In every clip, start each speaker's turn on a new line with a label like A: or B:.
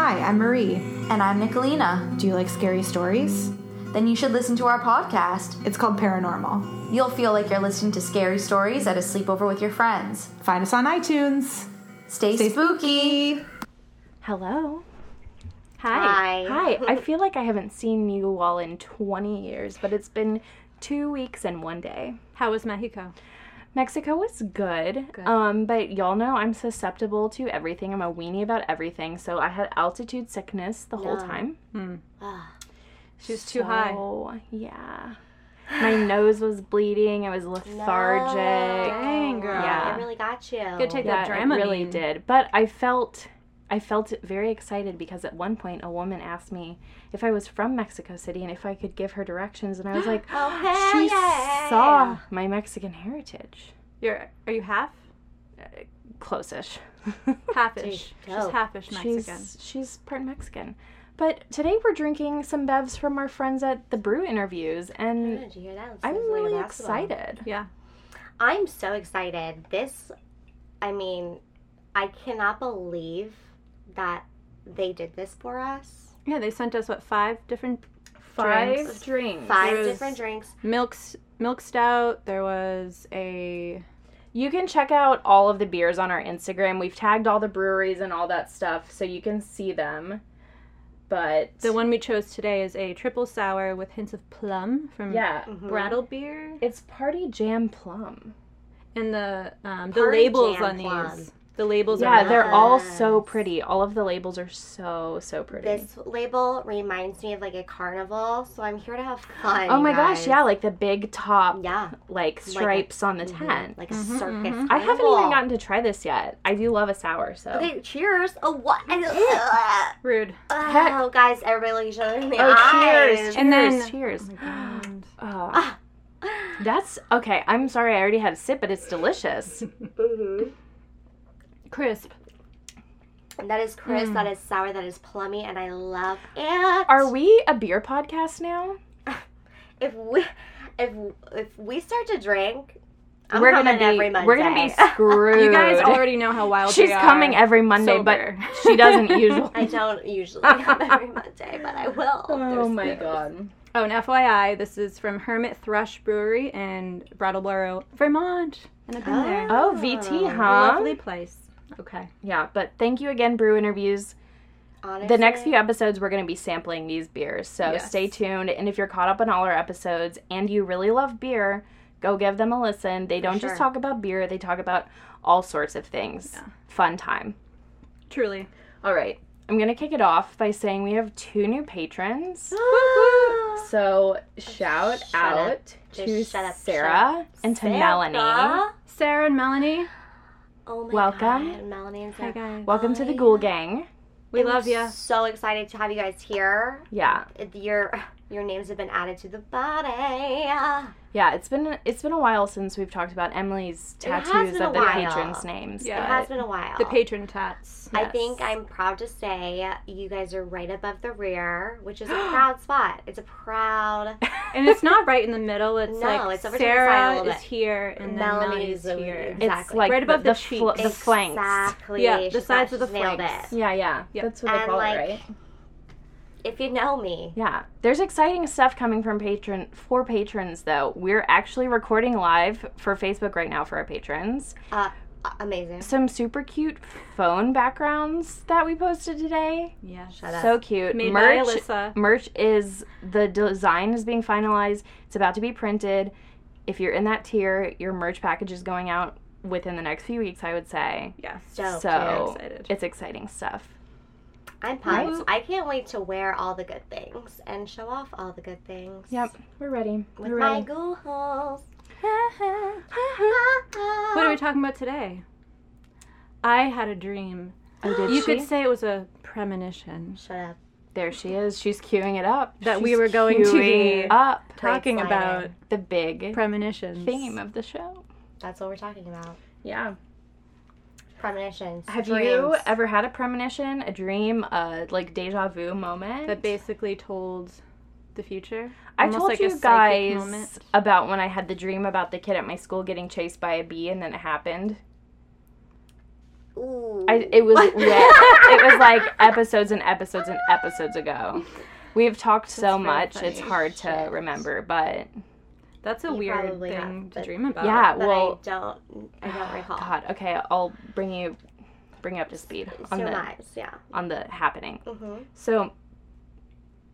A: Marie.
B: And I'm Nicolina.
A: Do you like scary stories?
B: Then you should listen to our podcast.
A: It's called Paranormal.
B: You'll feel like you're listening to scary stories at a sleepover with your friends.
A: Find us on iTunes.
B: Stay,
A: Stay
B: spooky.
C: Hello. Hi. Hi. I feel like I haven't seen you all in 20 years, but it's been two weeks and one day.
D: How was Mexico?
C: Mexico was good, Um, but y'all know I'm susceptible to everything. I'm a weenie about everything, so I had altitude sickness the whole time.
D: Hmm. She was too high.
C: Oh, yeah. My nose was bleeding. I was lethargic.
D: Dang, girl.
C: Yeah.
E: I really got you.
D: Good take that
C: Yeah, it
D: Dramamine.
C: really did. But I felt I felt very excited because at one point a woman asked me if I was from Mexico City and if I could give her directions, and I was like,
E: hell
C: she
E: yeah."
C: saw my Mexican heritage,
D: You're, are you half?
C: close-ish.
D: Halfish. She's
E: dope.
D: halfish Mexican.
C: She's she's part Mexican. But today we're drinking some bevs from our friends at the Brew Interviews,
E: Oh,
C: and
E: Did you hear that? It's
C: I'm
E: Leslie
C: really
E: Maxwell.
C: excited.
D: Yeah.
E: I'm so excited. This, I mean, I cannot believe that they did this for us.
D: Yeah, they sent us what five different
C: Five
D: Drinks.
C: drinks.
E: Five
D: There's-
E: different drinks.
D: milks milk stout. There was a
C: You can check out all of the beers on our Instagram. We've tagged all the breweries and all that stuff so you can see them. But
D: the one we chose today is a triple sour with hints of plum from
C: yeah,
E: Mm-hmm.
D: Brattle Beer.
C: it's Party Jam Plum.
D: And the um, the
E: Party
D: labels
E: jam
D: on
E: plum.
D: these. The labels
C: Yeah,
D: are
C: they're all so
E: Yes.
C: pretty. All of the labels are so so pretty.
E: This label reminds me of like a carnival, so I'm here to have fun.
C: oh my
E: you
C: gosh,
E: guys.
C: yeah, like the big top
E: Yeah. mm-hmm.
C: like stripes on the tent. Mm-hmm,
E: Like a circus.
C: I haven't
E: carnival.
C: even gotten to try this yet. I do love a sour, so
E: Okay, cheers. Oh, what?
D: rude.
E: oh, guys, everybody look each other in the
C: Oh,
E: eyes.
C: cheers, cheers,
D: And then-
C: cheers. Oh. That's okay. I'm sorry, I already had a sip, but it's delicious.
D: Crisp.
E: That is crisp, that is sour, that is plummy, and I love it.
C: Mm. Are we a beer podcast now?
E: if we if if we start to drink, I'm
C: we're
E: coming
C: gonna be
E: every Monday.
C: we're gonna be screwed.
D: You guys already know how wild
C: She's
D: they are.
C: coming every Monday,
D: sober.
C: but she doesn't usually.
E: I don't usually come every Monday, but I will.
C: oh my god!
D: Oh, and FYI, this is from Hermit Thrush Brewery in Brattleboro, Vermont. And I've been there.
C: Oh VT, huh?
D: Lovely place. Okay.
C: Yeah, but thank you again, Brew Interviews.
D: Um,
E: Honestly,
C: The next few episodes, we're going to be sampling these beers, so
D: Yes.
C: stay tuned. And if you're caught up on all our episodes and you really love beer, go give them a listen. They don't just
E: sure.
C: talk about beer; they talk about all sorts of things. Fun time.
D: Truly.
C: All right, I'm gonna kick it off by saying we have two new patrons. so shout
E: up.
C: out
E: Just
C: to
E: shut up.
C: Sarah and to Melanie.
D: Sarah and Melanie,
E: Oh my
C: Welcome.
E: God, Melanie and Sarah.
D: guys.
C: Welcome to the Ghoul Gang.
D: We love you.
E: So excited to have you guys here.
C: Yeah,
E: Your your names have been added to the body.
C: yeah. It's been it's been a while since we've talked about Emily's
E: has
C: tattoos
E: been a
C: of the
E: while.
C: patrons' names.
D: Yeah.
E: It has been a while.
D: The patron tats.
E: I think I'm proud to say you guys are right above the rear, which is a proud spot. It's a proud.
D: and it's not right in the middle. It's
E: No,
D: like
E: it's over to the side a
D: Sarah
E: little bit.
D: is here and then
E: Melanie
D: Melanie's
E: is over
D: here.
E: there.
C: It's
E: Exactly.
C: like
D: Right above the
C: fl-
D: cheeks.
C: the flanks.
E: Exactly.
D: Yeah, the
E: She's
D: sides
E: got-
D: of the
E: she's nailed
D: flanks.
E: it.
C: Yeah, yeah.
D: Yep.
C: That's what they
E: And,
C: call
E: like-
C: it, right?
E: If you know me,
C: Yeah. There's exciting stuff coming from patron for patrons though. We're actually recording live for Facebook right now for our patrons.
E: uh, uh, amazing.
C: Some super cute phone backgrounds that we posted today.
D: Yeah.
C: So cute.
D: Made by
C: merch
D: Alyssa.
C: merch is the design is being finalized. It's about to be printed. If you're in that tier, your merch package is going out within the next few weeks, I would say.
D: Yes.
E: So,
C: so
D: excited.
C: it's exciting stuff.
E: I'm pumped. I can't wait to wear all the good things and show off all the good things.
C: Yep, we're ready.
E: With
C: we're
E: my
C: ready.
E: ghouls.
D: What are we talking about today? I had a dream.
C: Oh, did
D: You
C: she?
D: could say it was a premonition.
E: Shut up.
C: There she is. She's queuing it up.
D: That we
C: She's
D: were going to
C: queuing
D: be-
C: up
D: Talking
E: exciting.
D: about
C: the big
D: premonitions.
C: theme of the show.
E: That's what we're talking about.
C: Yeah.
E: Premonitions.
C: Have you
E: dreams.
C: ever had a premonition, a dream, a like deja vu moment?
D: that basically told the future.
C: I
D: Almost
C: told
D: like a
C: you
D: psychic
C: guys
D: moment.
C: about when I had the dream about the kid at my school getting chased by a bee, and then it happened.
E: Ooh.
C: I, it was yeah, it was like episodes and episodes and episodes ago. We have talked so
D: really
C: much;
D: funny.
C: it's hard to
E: Shit.
C: remember. But
D: That's a
E: You
D: weird
E: probably
D: thing
E: have,
D: to
E: but-
D: dream about.
C: yeah,
E: but
C: well,
E: I don't. I don't recall.
C: God, okay, I'll bring you bring you up to speed on the
E: Surmise. Yeah.
C: on the happening.
E: Mm-hmm.
C: So,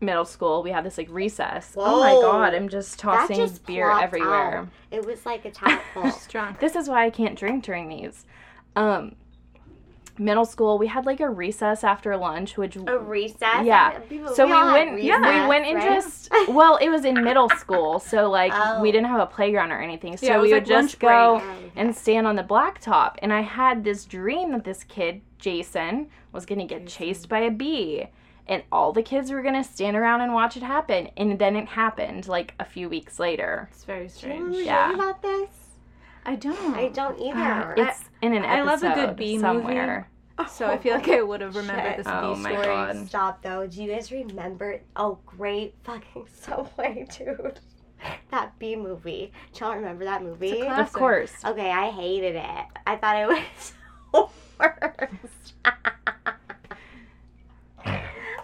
C: middle school, we had this like recess.
E: Whoa.
C: Oh my god, I'm just
E: That
C: tossing
E: just
C: beer
E: plopped
C: everywhere.
E: out. It was like a tap full.
D: Strong.
C: This is why I can't drink during these. Um, middle school, we had like a recess after lunch, which
E: a recess.
C: Yeah.
E: Oh, People-
C: so we,
E: all had
C: went we
E: recess,
C: went in
E: right?
C: just well it was in middle school so like
E: Oh.
C: we didn't have a playground or anything so
D: Yeah, it was
C: we
D: like
C: would just
D: lunch
C: go
E: break. Oh, okay.
C: and stand on the blacktop and i had this dream that this kid jason was gonna get chased by a bee and all the kids were gonna stand around and watch it happen and then it happened like a few weeks later
D: It's very
E: You
D: strange.
E: yeah.
C: Yeah.
E: about this?
D: I don't.
E: I don't either.
C: it's in an
D: I
C: episode
D: love a good bee movie.
C: somewhere
D: so I feel like I would have remembered
E: Shit.
D: this
C: Oh
D: bee
C: my
D: story.
C: God.
E: Stop though. Do you guys remember? Oh, great fucking subway, dude. That B movie. Do y'all remember that movie?
D: classic.
C: of course
E: Okay, I hated it. I thought it was worst.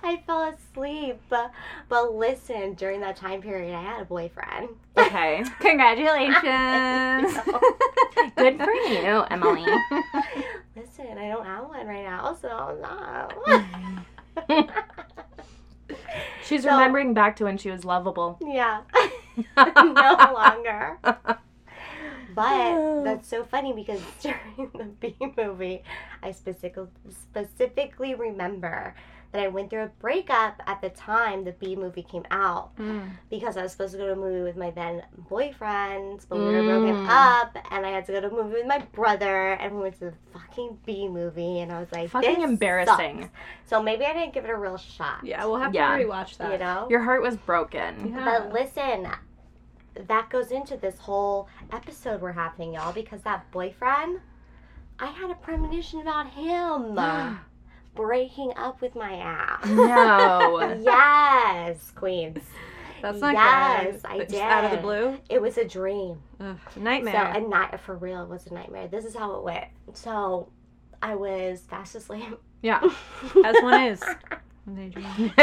E: I fell asleep. But, but listen, during that time period, I had a boyfriend.
C: okay
D: Congratulations.
C: good for you emily
E: Listen, I don't have one right now, so no.
C: she's
E: So-
C: remembering back to when she was lovable
E: yeah, no longer. But that's so funny because during the B movie, I specifically specifically remember that I went through a breakup at the time the B movie came out
C: Hmm.
D: Mm.
E: because I was supposed to go to a movie with my then boyfriend, but we were broken
C: Mm.
E: up, and I had to go to a movie with my brother, and we went to the fucking B movie, and I was like,
C: Fucking
E: this
C: embarrassing.
E: sucks. So maybe I didn't give it a real shot.
D: Yeah, we'll have
C: Yeah.
D: to rewatch that.
E: you know.
C: Your heart was broken.
D: Yeah.
E: But listen, that goes into this whole episode we're having, y'all, because that boyfriend, I had a premonition about him breaking up with my ass.
C: No.
E: yes, Queens.
D: That's not
E: Yes,
D: good.
E: I
D: But Just out of the
E: did.
D: blue.
E: It was a dream.
D: Ugh,
E: So,
D: nightmare.
E: and not for real, it was a nightmare. This is how it went. So, I was fast asleep.
C: yeah.
D: As one is. When they dream.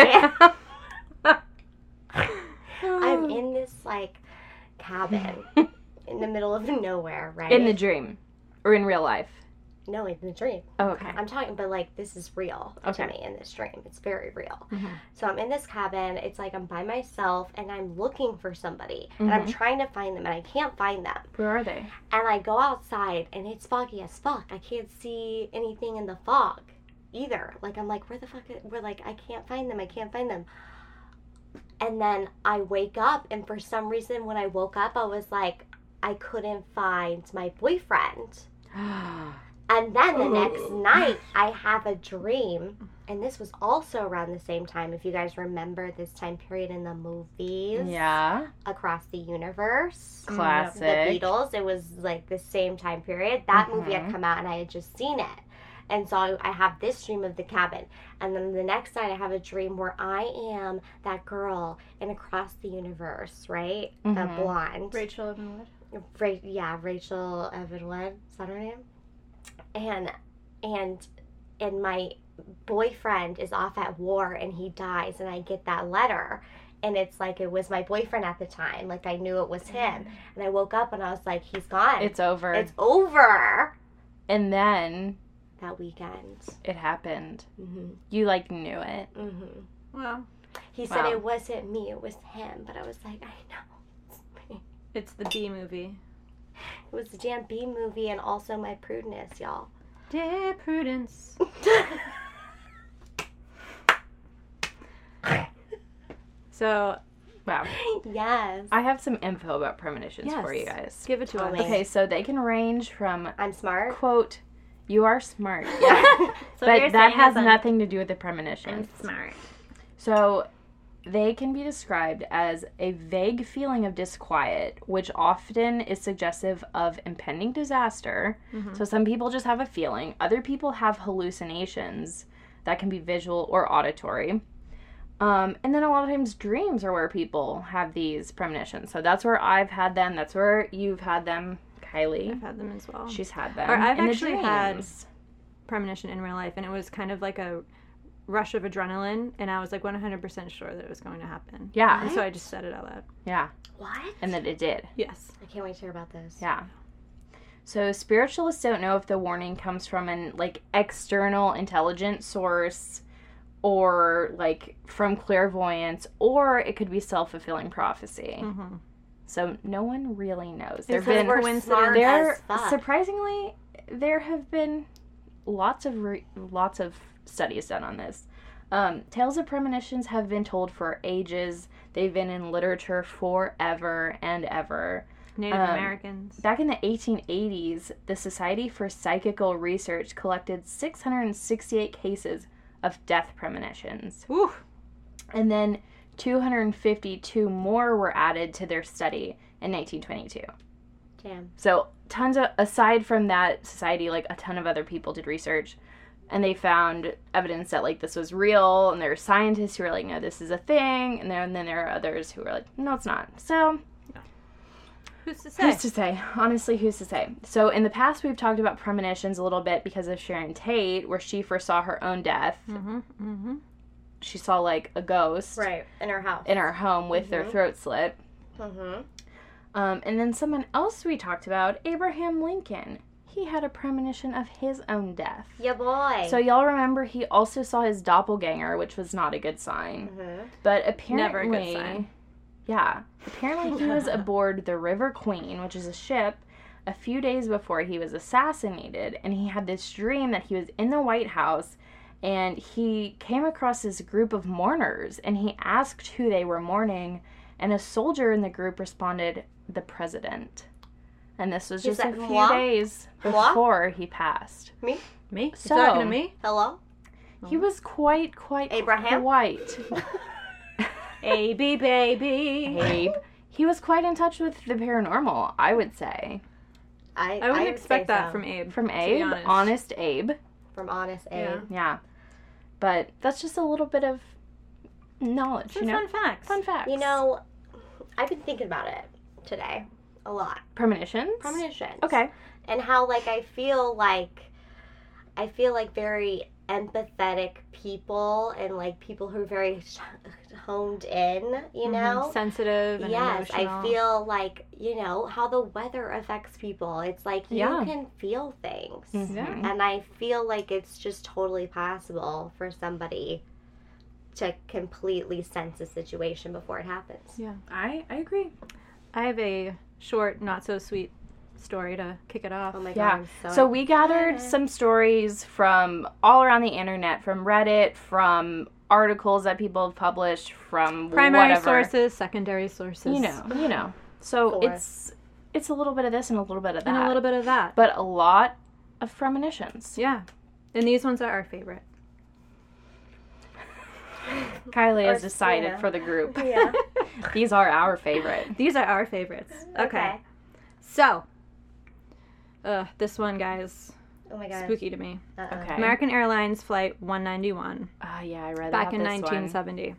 E: I'm in this like cabin in the middle of nowhere, right?
C: in the dream or in real life.
E: no, in the dream.
C: Oh, okay.
E: I'm talking, but like this is real
C: Okay.
E: to me in this dream. It's very real.
C: Mhm.
E: So I'm in this cabin. It's like I'm by myself, and I'm looking for somebody, and
C: Mm-hmm.
E: I'm trying to find them, and I can't find them.
C: Where are they?
E: And I go outside, and it's foggy as fuck. I can't see anything in the fog either. Like I'm like, where the fuck? i- We're like, I can't find them. I can't find them. And then I wake up, and for some reason, when I woke up, I was like, I couldn't find my boyfriend. And then the next night, I have a dream. And this was also around the same time, if you guys remember this time period in the movies
C: Yeah.
E: across the universe.
C: Classic.
E: The Beatles, it was like the same time period. That movie had come out and I had just seen it. And so I, I have this dream of the cabin. And then the next night, I have a dream where I am that girl in Across the Universe, right? The
C: Mhm.
E: blonde.
D: Rachel Evanwood.
E: Ra- yeah, Rachel Evanwood, is that her name? And and and my boyfriend is off at war and he dies and I get that letter and it's like it was my boyfriend at the time, like I knew it was him. And I woke up and I was like, he's gone.
C: Mm. It's over.
E: It's over
C: and then
E: that weekend.
C: it happened.
E: hmm
C: You like knew it.
E: hmm
D: Well,
E: He said
C: Wow.
E: it wasn't me, it was him, but I was like, I know. it's me.
D: it's the B movie.
E: It was the damn B movie and also my prudeness, y'all.
D: Dear Prudence. So
C: Wow.
E: yes.
C: I have some info about premonitions
D: Yes.
C: for you guys.
D: give it to
E: Tell
D: us.
E: me.
C: Okay, so they can range from
E: I'm smart.
C: quote, you are smart.
D: So you're
C: but that
D: saying
C: has
D: is I'm-
C: nothing to do with the premonition.
D: Smart.
C: So they can be described as a vague feeling of disquiet, which often is suggestive of impending disaster.
D: Mm-hmm.
C: So some people just have a feeling, other people have hallucinations that can be visual or auditory. Um, and then a lot of times dreams are where people have these premonitions. So that's where I've had them. That's where you've had them, Kylie.
D: I've had them as well.
C: She's had them.
D: Or I've
C: in the
D: actually had-
C: dreams.
D: premonition in real life, and it was kind of like a rush of adrenaline, and I was like 100% sure that it was going to happen.
C: Yeah.
D: And so I just said it out loud.
C: Yeah.
E: What?
C: And then it did.
D: Yes.
E: I can't wait to hear about this.
C: Yeah. So spiritualists don't know if the warning comes from an like external intelligent source or like from clairvoyance or it could be self-fulfilling prophecy.
D: Mm-hmm.
C: So no one really knows.
D: It's
C: There've
D: like
C: been
D: we're
E: smart
C: there
E: as fuck.
C: surprisingly there have been lots of re- lots of studies done on this. Um, tales of premonitions have been told for ages. They've been in literature forever and ever.
D: Native
C: Um,
D: Americans.
C: Back in the 1880s, the Society for Psychical Research collected 668 cases of death premonitions,
D: Whew.
C: and then 252 more were added to their study in 1922.
E: Damn.
C: So, tons of, aside from that society, like a ton of other people did research, and they found evidence that like this was real, and there were scientists who were like, no, this is a thing, and then, and then there are others who were like, no, it's not. So,
D: Who's to say?
C: Who's to say? Honestly, who's to say? So, in the past, we've talked about premonitions a little bit because of Sharon Tate, where she foresaw her own death.
D: Mm-hmm. Mm-hmm.
C: She saw like a ghost
E: Right. In her house.
C: in her home with their throat slit.
E: Mm-hmm.
C: Um, and then someone else we talked about, Abraham Lincoln. He had a premonition of his own death.
E: Yeah, boy.
C: So, y'all remember he also saw his doppelganger, which was not a good sign.
E: Mhm.
C: But
D: Mm-hmm. Never a
C: apparently,
D: good sign.
C: yeah, apparently he was aboard the River Queen, which is a ship, a few days before he was assassinated, and he had this dream that he was in the White House, and he came across this group of mourners, and he asked who they were mourning, and a soldier in the group responded, "The president." And this was
E: Is
C: just a
E: that
C: few
E: moi?
C: days
E: Moi?
C: before he passed.
E: Me?
D: Me?
C: So-
D: So, talking to me?
E: Hello?
C: He was quite, quite
E: Abraham?
C: white.
D: AB baby.
C: Abe. He was quite in touch with the paranormal, I would say.
D: I
E: I,
D: wouldn't
E: would
D: expect
E: say
D: that
E: so.
D: from Abe.
C: From
D: to be
C: Abe,
D: honest.
C: honest. Abe.
E: from Honest A.
D: Yeah.
C: Yeah. But that's just a little bit of knowledge,
D: Some
C: you know?
D: fun facts.
C: Fun facts.
E: You know, I've been thinking about it today a lot.
C: premonitions.
E: Premonitions.
C: Okay.
E: And how like I feel like I feel like very empathetic people and like people who are very honed in,
D: Mm-hmm.
E: you know?
D: sensitive and
E: Yes, I
D: emotional.
E: feel like, you know, how the weather affects people. It's like you
C: Yeah.
E: can feel things.
C: Mhm.
D: Mm-hmm.
E: And I feel like it's just totally possible for somebody to completely sense a situation before it happens.
C: I, I agree.
D: I have a short, not so sweet story to kick it off.
E: Oh my
C: Yeah.
E: god. I'm
C: So we gathered some stories from all around the internet, from Reddit, from articles that people have published, from
D: Primary
C: whatever.
D: sources, secondary sources.
C: You know, you know. So
E: Four.
C: it's it's a little bit of this and a little bit of that.
D: And a little bit of that.
C: but a lot of premonitions.
D: yeah. And these ones are our favorite.
C: Kylie has
E: Or-
C: decided
E: yeah.
C: for the group.
E: Yeah.
C: These are our favorite.
D: These are our favorites. Okay.
E: Okay.
D: So, uh, this one, guys,
E: Oh my god.
D: spooky to me.
E: Uh-uh.
C: Okay.
D: American Airlines Flight 191
C: Ah, yeah, I read
D: back
C: about
D: in
C: this one.
D: 1970.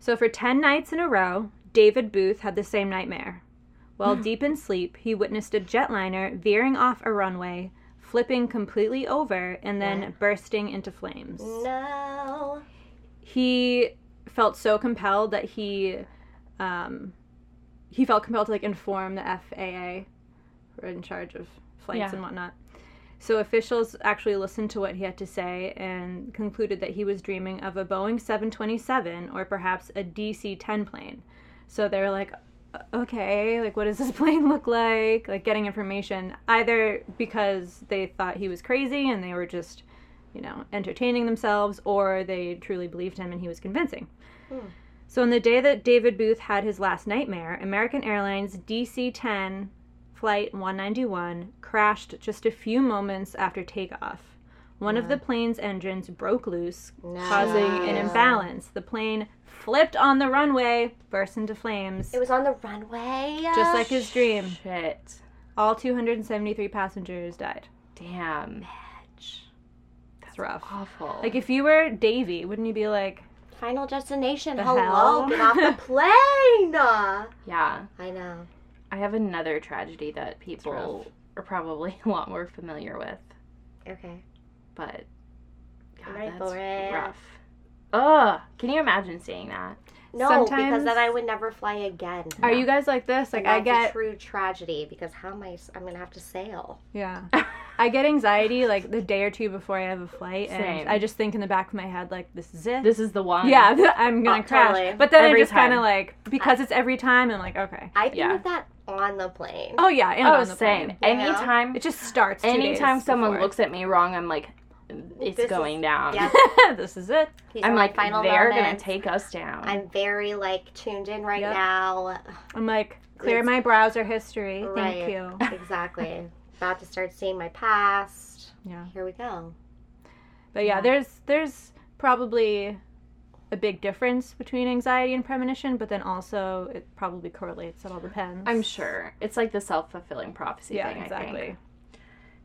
D: So, for 10 nights in a row, David Booth had the same nightmare. While deep in sleep, he witnessed a jetliner veering off a runway, flipping completely over, and then bursting into flames.
E: No.
D: he felt so compelled that he um he felt compelled to like inform the FAA who are in charge of flights
C: Yeah.
D: and whatnot. So officials actually listened to what he had to say and concluded that he was dreaming of a Boeing 727 or perhaps a DC-10 plane. So they were like okay, like what does this plane look like? Like getting information either because they thought he was crazy and they were just you know, entertaining themselves, or they truly believed him and he was convincing. So, on the day that David Booth had his last nightmare, American Airlines DC 10 Flight 191 crashed just a few moments after takeoff. One of the plane's engines broke loose, causing an imbalance. The plane flipped on the runway, burst into flames,
E: It was on the runway.
D: just like his dream.
C: Shit.
D: All 273 passengers died.
C: Damn.
D: That's rough.
C: Awful.
D: Like, if you were Davy, wouldn't you be like,
E: Final destination.
D: The
E: Hello.
D: hell?
E: Get off the plane. Uh,
C: yeah.
E: I know.
C: I have another tragedy that people are probably a lot more familiar with.
E: Okay.
C: But God,
E: Right
C: that's
E: for it.
C: rough. Ugh. Can you imagine seeing that?
E: No,
D: Sometimes-
E: because then I would never fly again.
D: Are you guys like this? Like
E: And
D: I
E: that's
D: get
E: a true tragedy because how am I? I'm gonna have to sail.
D: Yeah. I get anxiety like the day or two before I have a flight,
C: Same.
D: and I just think in the back of my head like, "This is it.
C: This is the one.
D: yeah, I'm gonna
E: Oh,
D: crash."
E: totally.
D: But then
C: Every
D: I just kind
C: time.
D: of like because it's every time, I'm like, "Okay,
E: I think
C: Yeah.
E: of that on the plane.
D: oh yeah, and
C: Oh,
D: on the plane.
C: same.
E: Yeah.
C: Anytime,
D: It just starts. two
C: anytime
D: days
C: someone
D: before.
C: looks at me wrong, I'm like, it's
E: This is-
C: going down.
E: yeah.
D: this is it.
E: These are
C: I'm
E: my
C: like,
E: final
C: they're
E: moments.
C: gonna take us down.
E: I'm very like tuned in right
D: Yep.
E: now.
D: I'm like, clear
E: It's-
D: my browser history.
E: Right.
D: Thank you.
E: exactly. About to start seeing my past.
D: Yeah.
E: Here we go.
D: But yeah, there's there's probably a big difference between anxiety and premonition, but then also it probably correlates. It all depends.
C: I'm sure it's like the self fulfilling prophecy
D: Yeah,
C: thing. I think.
D: exactly.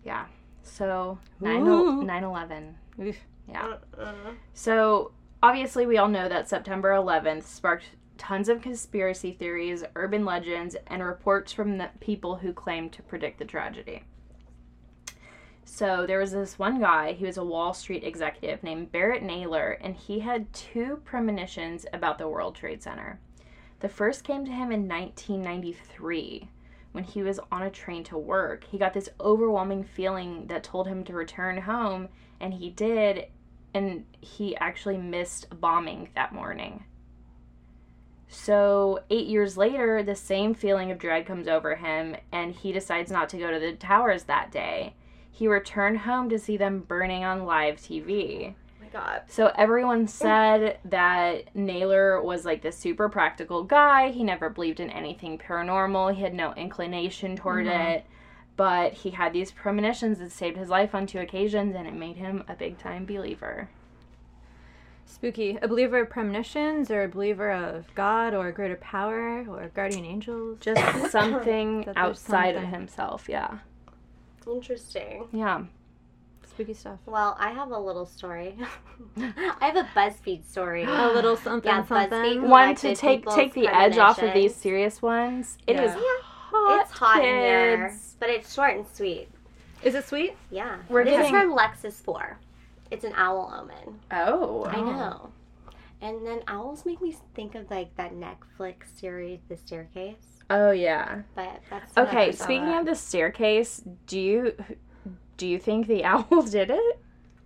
C: Yeah. So
D: Ooh.
C: 9 nine eleven.
D: Oof.
C: Yeah.
E: Mm-mm.
C: So obviously, we all know that September 11th sparked tons of conspiracy theories, urban legends, and reports from the people who claimed to predict the tragedy. So there was this one guy, he was a Wall Street executive named Barrett Naylor, and he had two premonitions about the World Trade Center. The first came to him in 1993 when he was on a train to work. He got this overwhelming feeling that told him to return home, and he did, and he actually missed a bombing that morning. So, eight years later, the same feeling of dread comes over him, and he decides not to go to the towers that day. He returned home to see them burning on live TV.
E: Oh my god.
C: So everyone said that Naylor was like this super practical guy. He never believed in anything paranormal. He had no inclination toward
E: Mm-hmm.
C: it. But he had these premonitions that saved his life on two occasions and it made him a big time believer.
D: Spooky. A believer of premonitions or a believer of God or a greater power or guardian angels?
C: Just something
D: That there's
C: outside of
D: something.
C: himself, yeah.
E: Interesting.
C: Yeah.
D: spooky stuff.
E: Well, I have a little story. I have a BuzzFeed story.
D: A little something
E: Yeah,
D: something.
E: BuzzFeed.
C: One to
E: Collected
C: take
E: people's
C: take the edge off of these
E: premonitions.
C: serious ones. It is
D: Yeah.
E: Yeah,
C: hot.
E: it's hot in here,
C: kids.
E: but it's short and sweet.
D: Is it sweet?
E: Yeah.
C: We're
E: this
C: getting-
E: is from Lexus 4. It's an owl omen.
C: Oh.
E: I know. And then owls make me think of like that Netflix series, The Staircase.
C: Oh yeah.
E: But that's not
C: Okay,
E: about
C: speaking
E: that.
C: of the staircase, do you do you think the owl did it?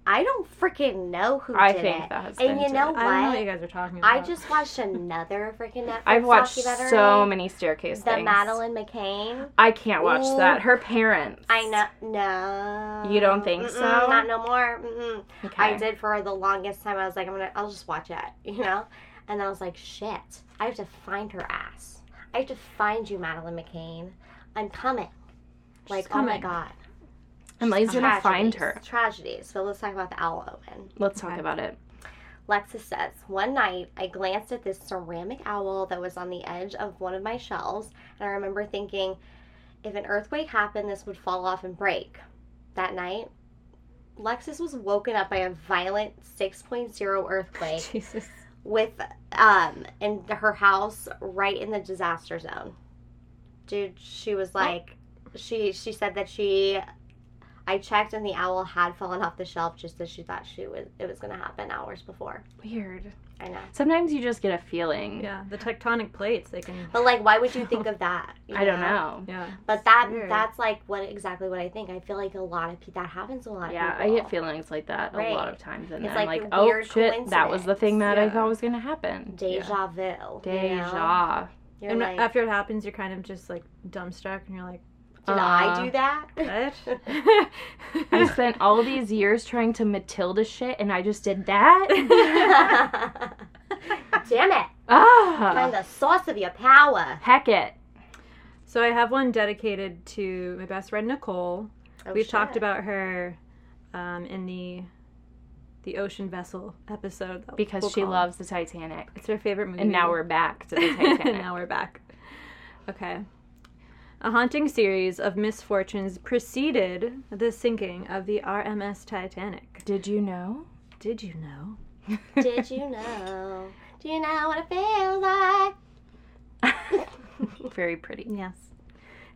E: I don't freaking know who
C: I
E: did
C: think
E: it.
C: that has been
E: and you
C: to
E: know
C: it.
E: what?
D: I don't know what you
E: I,
D: guys are talking about.
E: just watched another freaking Netflix
C: I've watched
E: documentary.
C: so many staircase
E: The
C: things.
E: Madeline McCain.
C: I can't watch
E: Ooh.
C: that. Her parents.
E: I know. No.
C: You don't think
E: Mm-mm,
C: so?
E: Not no more. Mm-mm.
C: Okay.
E: I did for the longest time. I was like, I'm gonna, I'll just watch it, you know. And then I was like, shit, I have to find her ass. I have to find you, Madeline McCain. I'm coming. Like, oh my
D: coming.
E: god.
C: Emily's gonna find
E: Tragedies.
C: her.
E: Tragedies. But let's talk about the owl omen.
C: Let's talk about it.
E: Lexus says, One night I glanced at this ceramic owl that was on the edge of one of my shelves, and I remember thinking, if an earthquake happened, this would fall off and break. That night, Lexus was woken up by a violent 6.0 earthquake
D: Jesus.
E: with um in her house right in the disaster zone. Dude, she was like she she said that she I checked and the owl had fallen off the shelf just as she thought she was it was gonna happen hours before.
C: Weird.
E: I know.
C: Sometimes you just get a feeling.
D: Yeah, the tectonic plates. They can.
E: But like why would you think of that? you
C: I don't know.
D: Yeah.
E: But that
D: Weird.
E: that's like what exactly what I think. I feel like a lot of people that happens to a lot of
C: Yeah, I
E: people.
C: get feelings like that a lot
E: Right.
C: of times, and
E: It's
C: then
E: like
C: like,
E: a
C: oh
E: weird
C: shit, that was the thing that I
D: Yeah.
C: thought was gonna happen.
E: deja vu. you know?
C: Deja.
E: You're
D: And uh,
E: like,
D: after it happens, you're kind of just like dumbstruck, and you're like,
E: did
C: uh,
E: I do that?
D: what?
C: I spent all these years trying to Matilda shit, and I just did that.
E: Damn it.
C: ah,
E: Find the source of your power.
C: heck it.
D: so I have one dedicated to my best friend Nicole.
E: Oh,
D: We've
E: shit.
D: talked about her um, in the the ocean vessel episode that
C: because
D: we'll
C: she
D: call it.
C: loves the Titanic.
D: It's her favorite movie.
C: And now we're back to the
D: And
C: Titanic.
D: now we're back. Okay. A haunting series of misfortunes preceded the sinking of the RMS Titanic.
C: Did you know?
D: Did you know?
E: Did you know? Do you know what it feels like?
C: Very pretty.
D: Yes.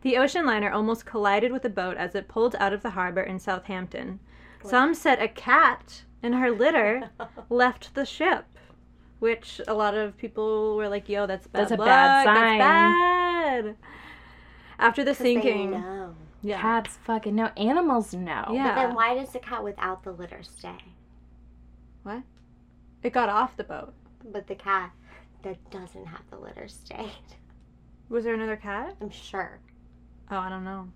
D: The ocean liner almost collided with a boat as it pulled out of the harbor in Southampton. Some said a cat in her litter left the ship, which a lot of people were like, "Yo, that's bad
C: That's a
D: luck.
C: bad sign."
D: That's bad." After the sinking,
E: They know.
D: yeah,
C: Cats fucking know. Animals know.
D: yeah,
E: Then why does the cat without the litter stay?
D: it got off the boat.
E: But the cat that doesn't have the litter stayed.
D: Was there another cat?
E: I'm sure.
D: Oh, I don't know.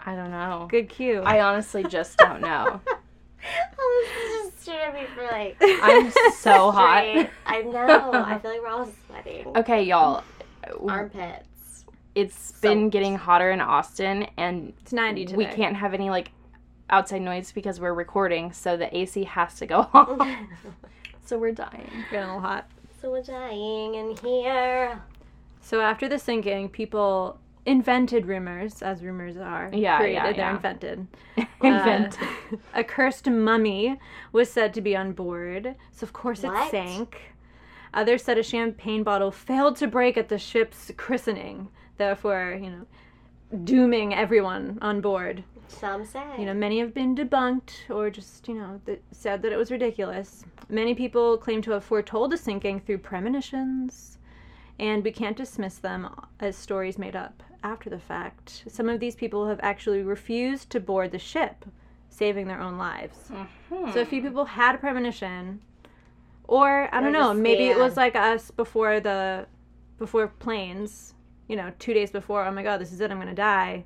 C: I don't know.
D: Good cue.
C: I honestly just don't know.
E: oh, this is just gonna be for like.
C: I'm so hot.
E: straight- I know. I feel like we're all sweating.
C: Okay, y'all.
E: Armpits.
C: It's been getting hotter in Austin, and
D: it's ninety today.
C: we can't have any like outside noise because we're recording, so the AC has to go on. so we're dying.
D: Getting a little hot.
E: so we're dying in here.
D: So after the sinking, people invented rumors, as rumors are.
C: Yeah,
D: created.
C: yeah,
D: They're
C: yeah.
D: invented. Uh,
C: Invent.
D: A cursed mummy was said to be on board, so of course it
E: What?
D: sank. Others said a champagne bottle failed to break at the ship's christening, therefore, you know, dooming everyone on board.
E: Some say.
D: You know, many have been debunked or just, you know, th- said that it was ridiculous. Many people claim to have foretold a sinking through premonitions, and we can't dismiss them as stories made up after the fact. Some of these people have actually refused to board the ship, saving their own lives. So a few people had a premonition, or I don't know,
E: just
D: maybe it
E: scared.
D: was like us before the before planes. You know, two days before, oh my god, this is it, I'm gonna die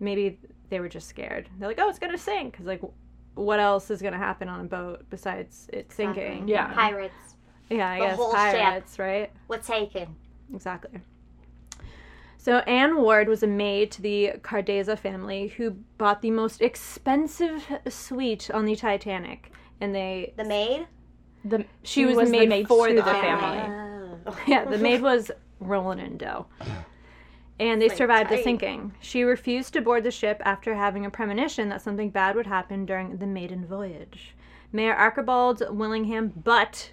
D: maybe they were just scared. They're like, oh, it's gonna sink. Cause like, what else is gonna happen on a boat besides it sinking?
C: Yeah.
E: Pirates.
D: yeah, I
E: The
D: guess
E: whole ship.
D: pirates, right?
E: We're taken.
D: Exactly. So Anne Ward was a maid to the Cardeza family who bought the most expensive suite on the Titanic, and they
E: The maid?
C: The,
D: She was made for
C: to
D: the
C: family.
E: Oh.
D: yeah, the maid was rolling in dough. And they survived the
E: tight.
D: sinking. She refused to board the ship after having a premonition that something bad would happen during the maiden voyage. Mayor Archibald Willingham Butt,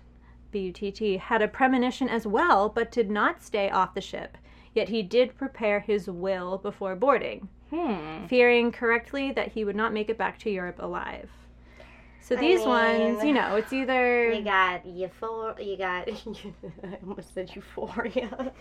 D: B-U-T-T, had a premonition as well, but did not stay off the ship. Yet he did prepare his will before boarding,
E: Hmm.
D: fearing correctly that he would not make it back to Europe alive. So these ones,
E: mean,
D: you know, it's either
E: You got euphoria. You got. I almost said euphoria.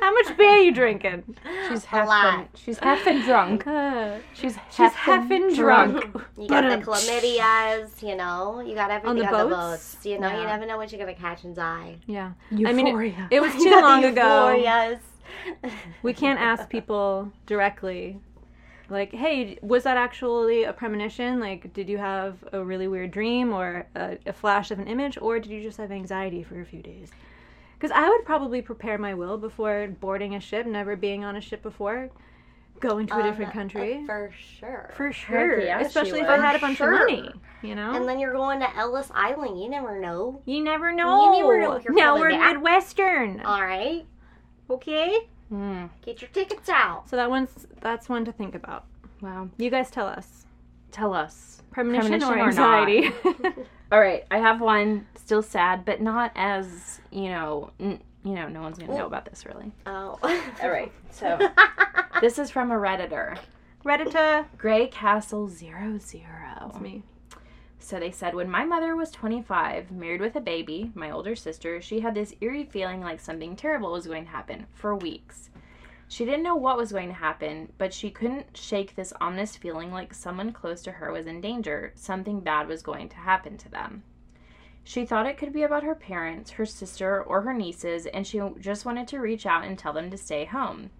D: how much beer are you drinking?
C: She's
E: A
C: half
E: lot.
C: and, she's half and drunk.
D: Uh,
C: She's
D: She's
C: half,
D: half
C: and
D: and drunk.
E: You got the
D: Ba-dum.
E: chlamydias, you know. You got everything
D: the
E: on the
D: boats?
E: boats. You know, you
D: Yeah.
E: never know what you're gonna catch in eye.
D: Yeah.
C: Euphoria.
D: I mean, it, it was
E: You
D: too
E: got the
D: long ago.
E: euphorias.
D: We can't ask people directly, like, hey, was that actually a premonition? Like, did you have a really weird dream or a, a flash of an image, or did you just have anxiety for a few days? Because I would probably prepare my will before boarding a ship, never being on a ship before, going
E: Um,
D: to a different country.
E: for sure.
D: for sure.
C: yeah, she
D: Especially if
C: would.
D: I had a bunch
E: Sure.
D: of money, you know?
E: and then you're going to Ellis Island. You never know.
D: you never know.
E: never know if you're
D: now
E: coming
D: we're
E: back.
D: Midwestern.
E: All right. Okay.
C: Mm,
E: Get your tickets out.
D: So that one's that's one to think about.
C: wow.
D: You guys tell us.
C: Tell us.
D: Premonition,
C: Premonition or
D: or
C: not.
D: anxiety?
C: All right, I have one. Still sad, but not as you know. N- you know, no one's gonna know about this really.
E: Oh.
C: All right, so this is from a redditor,
D: Redditor.
C: Gray Castle Zero Zero.
D: me.
C: So they said, when my mother was 25, married with a baby, my older sister, she had this eerie feeling like something terrible was going to happen for weeks. She didn't know what was going to happen, but she couldn't shake this ominous feeling like someone close to her was in danger. Something bad was going to happen to them. She thought it could be about her parents, her sister, or her nieces, and she just wanted to reach out and tell them to stay home.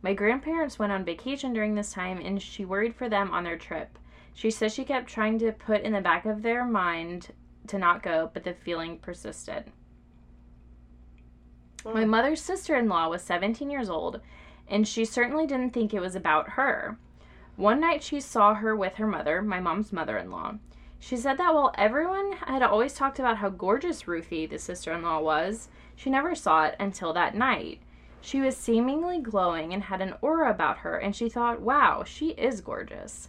C: My grandparents went on vacation during this time, and she worried for them on their trip. She says she kept trying to put in the back of their mind to not go, but the feeling persisted. My mother's sister in law was 17 years old, and she certainly didn't think it was about her. One night she saw her with her mother, my mom's mother in law. She said that while everyone had always talked about how gorgeous Ruthie, the sister in law, was, she never saw it until that night. She was seemingly glowing and had an aura about her, and she thought, wow, she is gorgeous.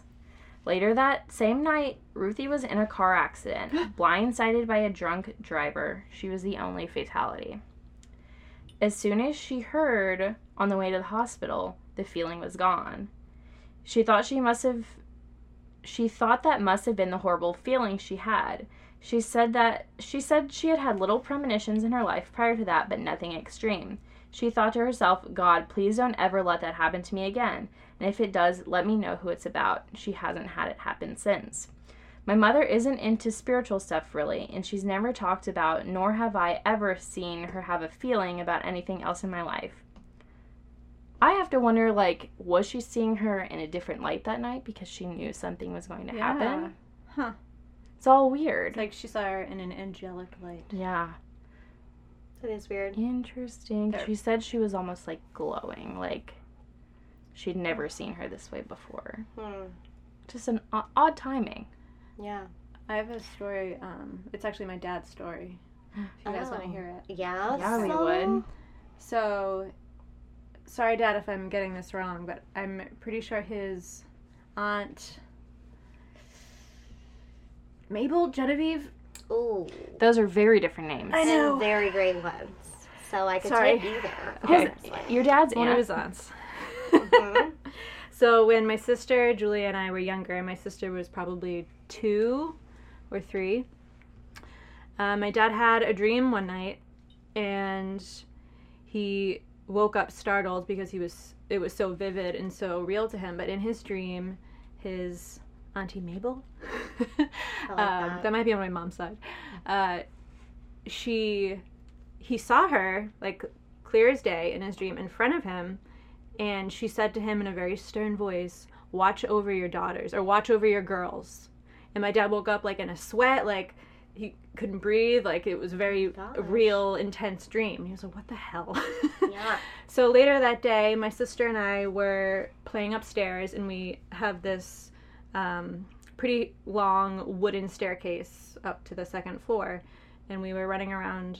C: Later that same night, Ruthie was in a car accident, blindsided by a drunk driver. She was the only fatality. As soon as she heard on the way to the hospital, The feeling was gone. She thought she must have. She thought that must have been the horrible feeling she had. She said that she said she had had little premonitions in her life prior to that, but nothing extreme. She thought to herself, God, please don't ever let that happen to me again. And if it does, let me know who it's about. She hasn't had it happen since. My mother isn't into spiritual stuff really, and she's never talked about, nor have I ever seen her have a feeling about anything else in my life. I have to wonder like, was she seeing her in a different light that night because she knew something was going to happen?
D: Huh.
C: It's all weird.
D: It's like she saw her in an angelic light.
C: yeah.
E: It is weird.
C: Interesting.
D: There.
C: She said she was almost like glowing, like she'd never seen her this way before.
E: Hmm.
C: Just an o- odd timing.
E: Yeah.
D: I have a story. Um, it's actually my dad's story. If you guys want
E: Oh.
D: to hear it.
E: Yeah.
C: Yeah, we
E: so-
C: would.
D: So, sorry, Dad, if I'm getting this wrong, but I'm pretty sure his aunt Mabel Genevieve.
E: Ooh.
C: Those are very different names.
D: I know.
E: And very great ones. So I could
D: Sorry.
E: take either.
C: His-
E: honestly.
C: your dad's
D: One of
C: aunt.
D: his aunts. so when my sister Julia and I were younger, my sister was probably two or three. Uh, my dad had a dream one night, and he woke up startled because he was it was so vivid and so real to him. But in his dream, his auntie Mabel, um, that.
E: that. Mm-hmm.
D: might be on my mom's side, uh, she he saw her like clear as day in his dream in front of him and she said to him in a very stern voice, "Watch over your daughters or watch over your girls." And my dad woke up like in a sweat, like he couldn't breathe, like it was a very
E: Gosh.
D: real intense dream. He was like, "What the hell?"
E: Yeah.
D: So later that day, my sister and I were playing upstairs, and we have this um, pretty long wooden staircase up to the second floor. And we were running around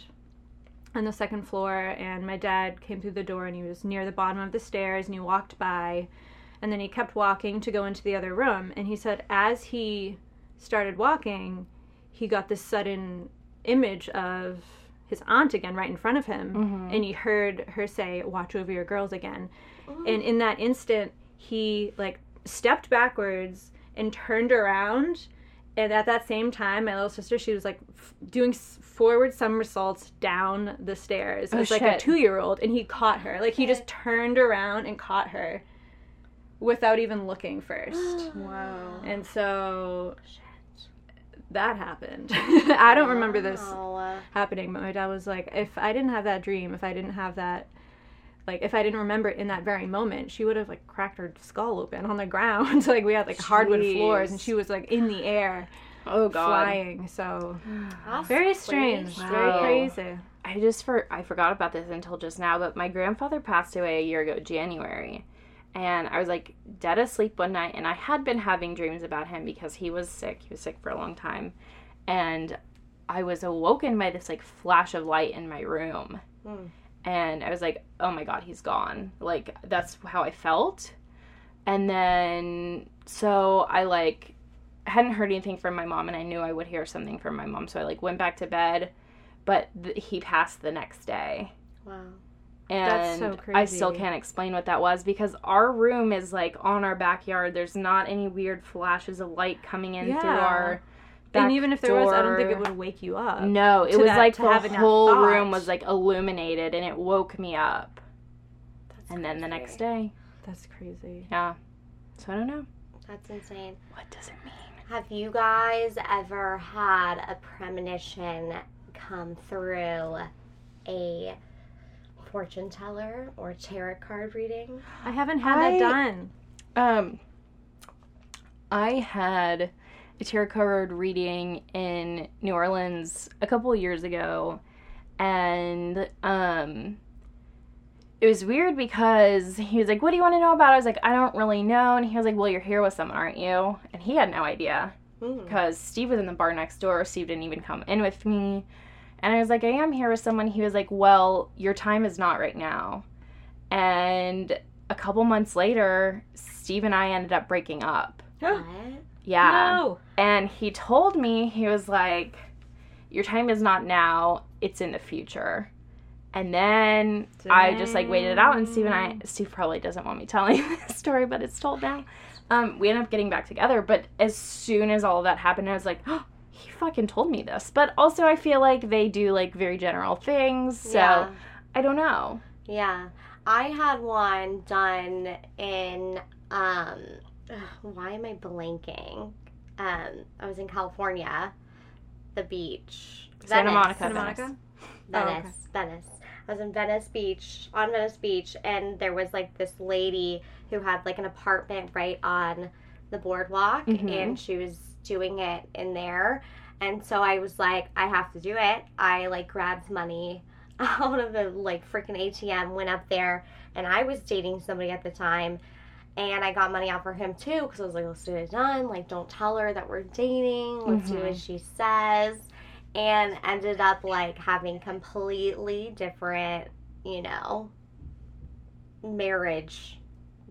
D: on the second floor, and my dad came through the door, and he was near the bottom of the stairs, and he walked by, and then he kept walking to go into the other room. And he said, as he started walking, he got this sudden image of his aunt again right in front of him
C: Mm-hmm.
D: and he heard her say watch over your girls again
C: Oh.
D: and in that instant he like stepped backwards and turned around and at that same time my little sister she was like f- doing s- forward somersaults down the stairs it
C: Oh,
D: was like a
C: shit.
D: two-year-old and he caught her like he just turned around and caught her without even looking first
A: Wow.
D: and so that happened i don't remember this
E: Wow.
D: happening but my dad was like if i didn't have that dream if i didn't have that like if i didn't remember it in that very moment she would have like cracked her skull open on the ground like we had like hardwood
C: Jeez.
D: floors and she was like in the air
C: Oh god.
D: flying so
E: That's
D: very
E: pretty
D: strange
C: Wow.
D: very crazy
C: I just for I forgot about this until just now, but my grandfather passed away a year ago, January. And I was like dead asleep one night and I had been having dreams about him because he was sick. He was sick for a long time. And I was awoken by this like flash of light in my room.
E: Hmm.
C: And I was like, "Oh my god, he's gone." Like that's how I felt. And then so I like hadn't heard anything from my mom and I knew I would hear something from my mom, so I like went back to bed but th- he passed the next day.
E: Wow.
C: And
D: That's so
C: I still
D: crazy.
C: can't explain what that was because our room is like on our backyard. There's not any weird flashes of light coming in through
D: Yeah.
C: our back
D: and even if there was i don't think it
C: door.
D: would wake you up
C: No, it
D: to
C: was
D: that-
C: like
D: to
C: the
D: having that
C: whole
D: thought.
C: room was like illuminated and it woke me up. and then the next day.
D: that's crazy
C: Yeah. So I don't know.
E: That's insane.
C: What does it mean?
E: Have you guys ever had a premonition come through a fortune teller or tarot card reading?
D: i haven't had that
C: I-
D: done
C: Um I had a tarot card reading in New Orleans a couple years ago, and um, it was weird because he was like, "What do you want to know about?" I was like, "I don't really know," and he was like, "Well, you're here with someone, aren't you?" And he had no idea
E: Hmm.
C: because Steve was in the bar next door. Steve didn't even come in with me, and I was like, "I am here with someone." He was like, "Well, your time is not right now," and a couple months later, Steve and I ended up breaking up.
E: What?
C: Yeah.
D: no
C: And he told me, he was like, Your time is not now, it's in the future. And then I just like waited it out, and Steve and I, Steve probably doesn't want me telling this story, but it's told now. Um, we ended up getting back together, but as soon as all of that happened, I was like, oh, he fucking told me this. But also, I feel like they do like very general things, so
E: Yeah.
C: I don't know.
E: Yeah. I had one done in um ugh, why am I blanking? Um I was in California, the beach.
C: Santa
E: Venice.
C: Monica.
D: Santa
C: Venice.
D: Monica?
E: Venice.
D: Oh, okay.
E: Venice. I was in Venice Beach, on Venice Beach, and there was like this lady who had like an apartment right on the boardwalk
D: Mm-hmm.
C: Mhm.
E: and she was doing it in there. And so I was like, I have to do it. I like grabbed money out of the like freaking ATM, went up there, and I was dating somebody at the time. And I got money out for him too because I was like, let's do it done. Like, don't tell her that we're dating. Let's do
C: Mm-hmm.
E: as she says and ended up like having completely different, you know, marriage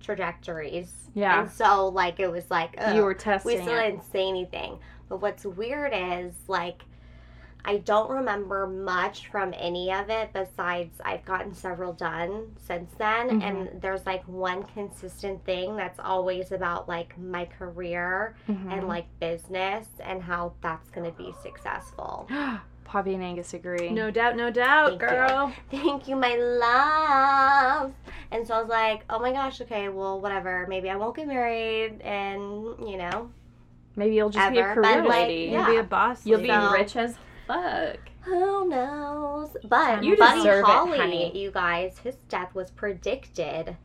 E: trajectories.
C: Yeah.
E: And so like it was like ugh,
C: You were
E: Oh, we
C: testing
E: still
C: it.
E: didn't say anything. But what's weird is like I don't remember much from any of it besides I've gotten several done since then and there's like one consistent thing that's always about like my career
C: Mm-hmm.
E: and like business and how that's going to be successful.
C: Poppy and Angus agree.
D: No doubt, no doubt,
E: Thank you.
D: girl.
E: Thank you, my love. And so I was like, oh my gosh, okay, well, whatever. Maybe I won't get married and, you know.
C: Maybe you'll just be a
E: Ever,
C: career
E: but, like,
C: lady.
E: yeah.
D: You'll be a boss.
C: You'll be
D: lady.
E: So-
C: rich as fuck.
E: Who knows? But
C: You
E: Buddy
C: deserve it,
E: Holly,
C: honey.
E: you guys, his death was predicted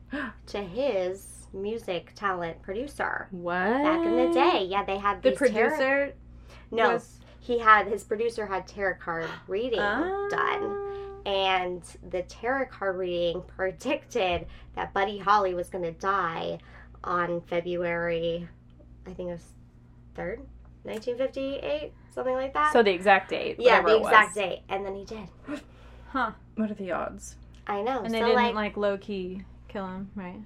E: to his music talent producer
C: What?
E: back in the day. Yeah, they had
D: the
E: these tarot-
D: producer.
E: no,
D: was-
E: he had his producer had tarot card reading done. and the tarot card reading predicted that Buddy Holly was going to die on February, I think it was 3rd, 1958, something like that.
C: So the exact date.
E: yeah,
C: whatever
E: the
C: it was.
E: exact date. And then he did.
D: Huh.
C: What are the odds?
E: I know.
D: And
E: so,
D: they didn't
E: like,
D: like, low key kill him, right?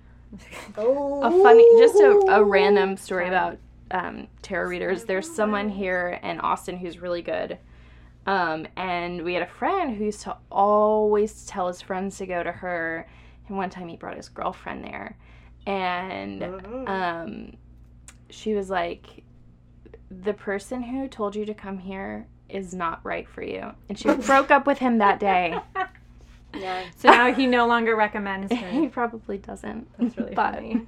E: oh,
C: A funny, just a, a random story about um, tarot readers. There's someone here in Austin who's really good. Um, and we had a friend who used to always tell his friends to go to her. And one time he brought his girlfriend there. And
E: mm-hmm.
C: um, she was like, The person who told you to come here is not right for you. And she broke up with him that day.
E: Yeah.
D: So now he no longer recommends her.
C: he probably doesn't.
D: That's really
C: But-
D: funny.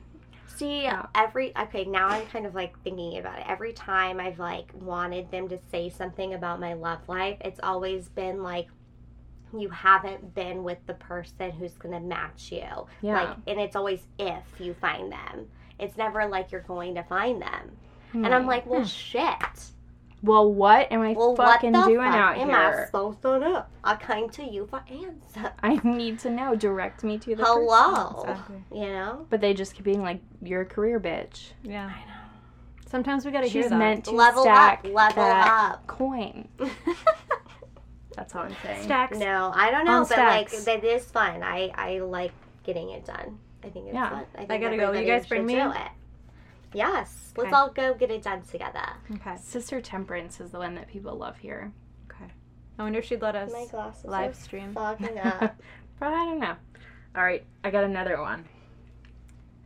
E: See, every okay, now I'm kind of like thinking about it. Every time I've like wanted them to say something about my love life, it's always been like you haven't been with the person who's going to match you.
C: Yeah.
E: Like and it's always if you find them. It's never like you're going to find them. And I'm like, "Well, shit.
C: Well, what am I
E: Well,
C: Hmm. fucking
E: what the
C: doing
E: fuck
C: out
E: am I
C: here?
E: supposed to do? I came to you for answer.
C: I need to know. Direct me to the
E: Hello.
D: Exactly.
E: You know?
C: But they just keep being like, "You're a career bitch."
D: Yeah. Sometimes we gotta hear
C: She's
D: that.
C: meant to
E: Level
C: stack
E: up, level
C: that
E: up.
C: coin. That's all I'm saying.
D: Stacks.
E: No, I don't know,
D: On
E: but like
D: stacks.
E: that is fun. I I like getting it done. I think it's
C: Yeah.
E: fun. I, think
D: gotta go. You
E: everybody
D: guys bring
E: should
D: me?
E: do it. Yes, let's
D: Okay.
E: all go get it done together.
D: Okay.
C: Sister Temperance is the one that people love here,
D: Okay. I wonder if she'd let us
E: My glasses
D: live stream.
E: are fogging up.
C: but I don't know. All right, I got another one.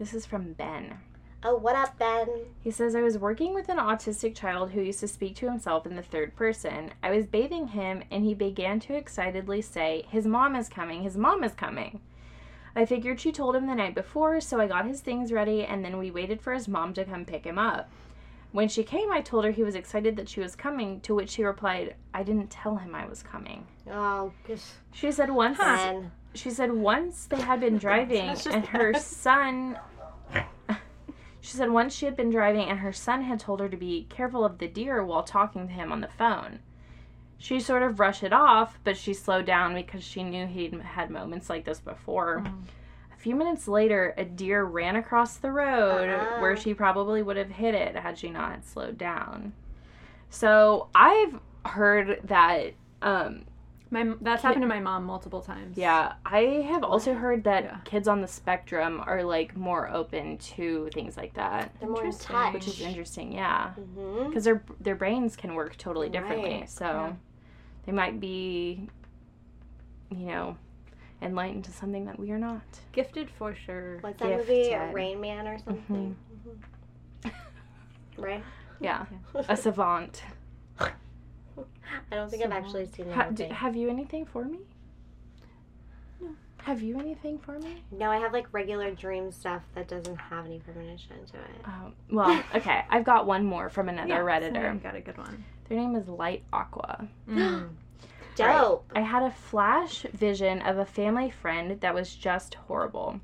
C: This is from Ben.
E: oh, what up, Ben?
C: He says, I was working with an autistic child who used to speak to himself in the third person. I was bathing him, and he began to excitedly say, His mom is coming, his mom is coming. I figured she told him the night before, so I got his things ready, and then we waited for his mom to come pick him up. When she came, I told her he was excited that she was coming, to which she replied, I didn't tell him I was coming.
E: Oh, gosh,
C: She said once
E: Ben.
C: she said once they had been driving and her son she said once she had been driving and her son had told her to be careful of the deer while talking to him on the phone she sort of brushed it off but she slowed down because she knew he'd had moments like this before a few minutes later a deer ran across the road
E: Uh-uh.
C: where she probably would have hit it had she not slowed down so i've heard that um
D: My that's happened to my mom multiple times.
C: yeah, I have also heard that
D: Yeah.
C: kids on the spectrum are like more open to things like that,
E: They're more in
D: Interesting.
E: touch.
C: which is interesting. Yeah,
E: Mhm.
C: because their their brains can work totally differently,
E: Right,
C: so they might be, you know, enlightened to something that we are not.
D: Gifted for sure.
E: What's that movie?
C: Gifted.
E: Rain Man or something?
D: Mm-hmm.
E: Mhm. right?
C: Yeah, a savant.
E: I don't think I've actually seen
C: Ha-
E: that.
C: d-
E: movie.
C: have you anything for me? No. Have you anything for me?
E: no, I have like regular dream stuff that doesn't have any premonition to it.
C: Um, well, okay. I've got one more from another
D: Someone
C: redditor.
D: got a good one.
C: Their name is Light Aqua.
E: Dope.
C: I had a flash vision of a family friend that was just horrible.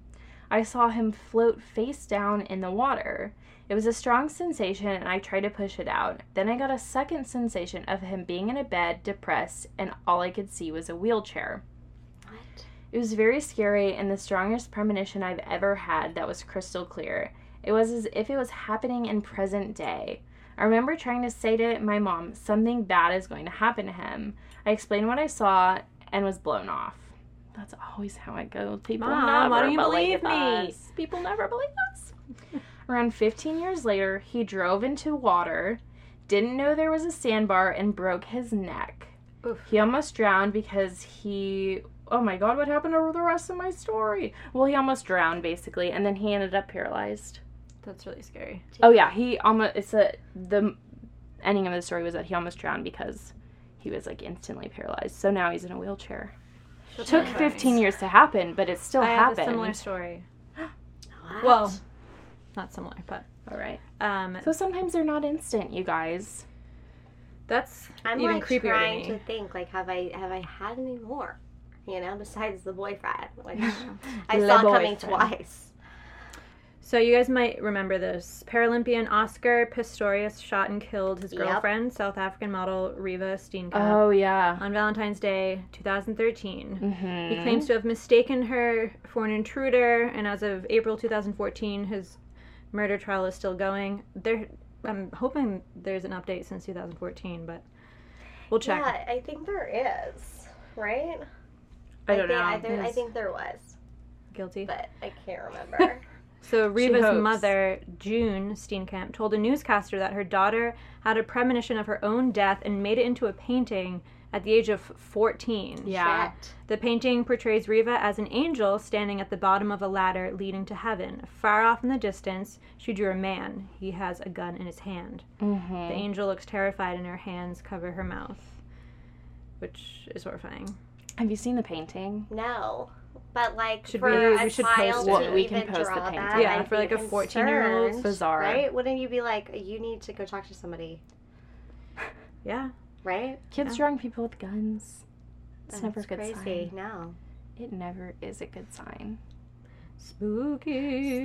C: I saw him float face down in the water. It was a strong sensation and I tried to push it out. Then I got a second sensation of him being in a bed, depressed, and all I could see was a wheelchair.
E: What?
C: It was very scary and the strongest premonition I've ever had that was crystal clear. It was as if it was happening in present day. I remember trying to say to my mom, something bad is going to happen to him. I explained what I saw and was blown off. That's always how I go. People
D: Mom,
C: never
D: why don't you
C: believe,
D: believe me?
C: us. People never believe us. Around 15 years later, he drove into water, didn't know there was a sandbar, and broke his neck.
D: Oof.
C: He almost drowned because he. Oh my god, what happened to the rest of my story? Well, he almost drowned basically, and then he ended up paralyzed.
D: That's really scary.
C: Oh yeah, he almost. It's a the ending of the story was that he almost drowned because he was like instantly paralyzed. So now he's in a wheelchair. Took 15 years to happen, but it still
D: I have a
C: happened.
D: similar story.
E: What?
D: Well, not similar, but
C: All right.
D: um,
C: So sometimes they're not instant, you guys.
D: that's
E: I'm
D: even
E: like
D: creepier to
E: trying
D: me.
E: to think like have I have I had any more? You know, besides the boyfriend, which I
C: The
E: saw coming
C: boyfriend.
E: twice.
D: So you guys might remember this. Paralympian Oscar Pistorius shot and killed his
E: Yep.
D: girlfriend, South African model Riva Steenkamp,
C: Oh yeah.
D: on Valentine's Day 2013.
C: Mm-hmm.
D: He claims to have mistaken her for an intruder, and as of April 2014, his murder trial is still going. There, I'm hoping there's an update since 2014, but we'll check.
E: Yeah, I think there is. Right?
C: I don't
E: think, I,
C: know.
E: there, I think there was,
D: Guilty.
E: but I can't remember.
D: So Reva's
C: hopes.
D: mother, June Steenkamp, told a newscaster that her daughter had a premonition of her own death and made it into a painting at the age of 14.
C: Yeah.
E: Shit.
D: The painting portrays Riva as an angel standing at the bottom of a ladder leading to heaven. Far off in the distance, she drew a man. He has a gun in his hand.
C: Mm-hmm.
D: The angel looks terrified and her hands cover her mouth, which is horrifying.
C: Have you seen the painting?
E: No. But like
D: Should
E: for
D: we-
E: a
D: we should
E: child
D: post it.
E: to
C: We can
E: even
C: post
E: draw
C: the painting.
E: that,
D: Yeah,
E: I'd
D: for,
E: be
D: like, a 14-year-old.
E: concerned,
C: Bizarre.
E: right? Wouldn't you be like, you need to go talk to somebody,
D: Yeah.
E: right?
C: Kids drawing people with guns. It's never a
E: That's
C: good
E: crazy. No.
C: sign. It never is a good sign.
D: Spooky.
E: Spooky,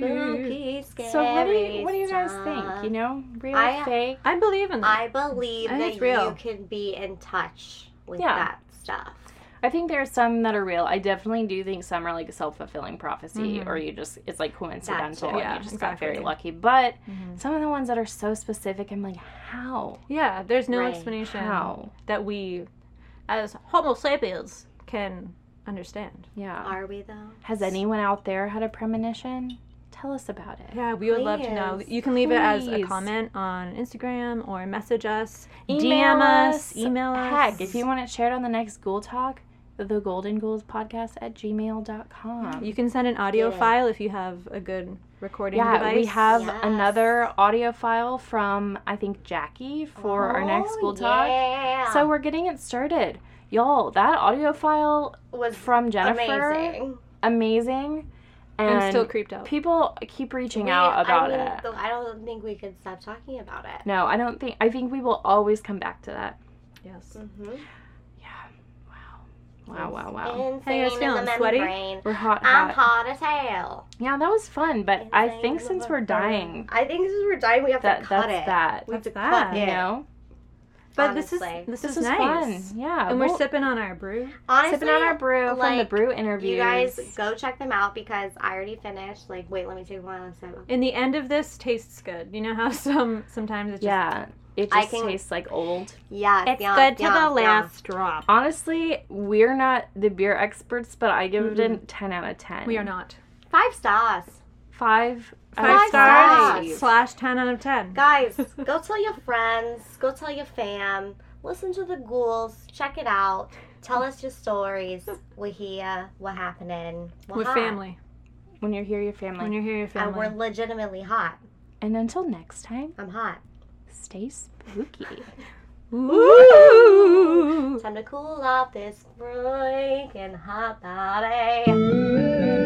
C: so what do
E: scary
C: you what do you guys
E: stuff.
C: think? You know, real
E: I-
C: fake.
D: I believe in that.
E: I believe
D: I think
E: that
D: it's real.
E: you can be in touch with
C: Yeah.
E: that stuff.
C: I think there are some that are real. I definitely do think some are like self fulfilling prophecy,
E: Mm-hmm.
C: or you just it's like coincidental, and
D: yeah,
C: you just got
D: exactly.
C: very lucky. But
E: Mm-hmm.
C: some of the ones that are so specific, I'm like, how?
D: yeah, there's no
E: Right.
D: explanation
C: How?
D: that we, as Homo sapiens, can understand.
C: Yeah.
E: Are we though?
C: Has anyone out there had a premonition? Tell us about it.
D: Yeah, we would love to know.
E: Please.
D: You can leave it as a
C: Please.
D: comment on Instagram or message us,
C: Email
D: DM us,
C: us.
D: email us.
C: Heck, if you want it shared on the next Ghoul Talk, the Golden Ghouls Podcast at gmail.com.
D: you can send an audio
E: Yeah.
D: file if you have a good recording
C: yeah,
D: device.
C: we have
E: Yes.
C: another audio file from I think Jackie for our next Ghoul Talk.
E: Oh, Yeah.
C: So we're getting it started. Y'all, that audio file
E: was
C: from Jennifer
E: amazing.
C: amazing. And
D: I'm still creeped out.
C: people keep reaching
E: We-
C: out about
E: I mean,
C: it.
E: though, I don't think we could stop talking about it.
C: No, I don't think I think we will always come back to that.
D: Yes.
E: Mm-hmm.
C: Wow, wow, wow.
E: Insane
D: How you guys
E: in
D: feeling?
E: the
D: Sweaty?
E: membrane.
C: We're hot,
E: I'm
C: hot.
E: hot as hell.
C: Yeah, that was fun, but I
E: Insane
C: think
E: in
C: since
E: the
C: we're
E: membrane.
C: dying,
E: I think since we're dying, we have
C: that
E: to cut
C: that's
E: it.
C: that.
E: We have to
D: That's
E: cut
D: that,
E: it.
C: You know,
D: But this is
E: Honestly.
D: this,
C: this
D: is,
C: was
D: nice.
C: fun. Yeah,
D: And we're
C: we'll-
D: sipping on our brew.
E: Honestly,
C: sipping on our brew from the
E: like,
C: brew interview.
E: You guys go check them out because I already finished. Like, wait, let me take one last sip.
D: And the end of this tastes good. You know how some sometimes it's just
C: yeah, it
E: I
C: just
E: can-
C: tastes like old.
E: Yeah,
D: it's
E: yeah,
D: good to
E: yeah,
D: the
E: yeah.
D: last drop.
C: Honestly, we're not the beer experts, but I give it a ten out of ten.
D: We are not.
E: Five stars,
C: five. out
D: Five
C: of
D: stars
C: five.
D: slash ten out of ten.
E: guys. go tell your friends. Go tell your fam. Listen to the ghouls. Check it out. Tell us your stories. We're here. We're happening. We're
D: With
E: hot.
D: family.
C: When you're here, your family.
D: When you're here, your
E: And we're
D: family.
E: legitimately hot.
C: and until next time,
E: I'm hot.
C: stay spooky.
D: Ooh.
E: Time to cool off this freaking hot body.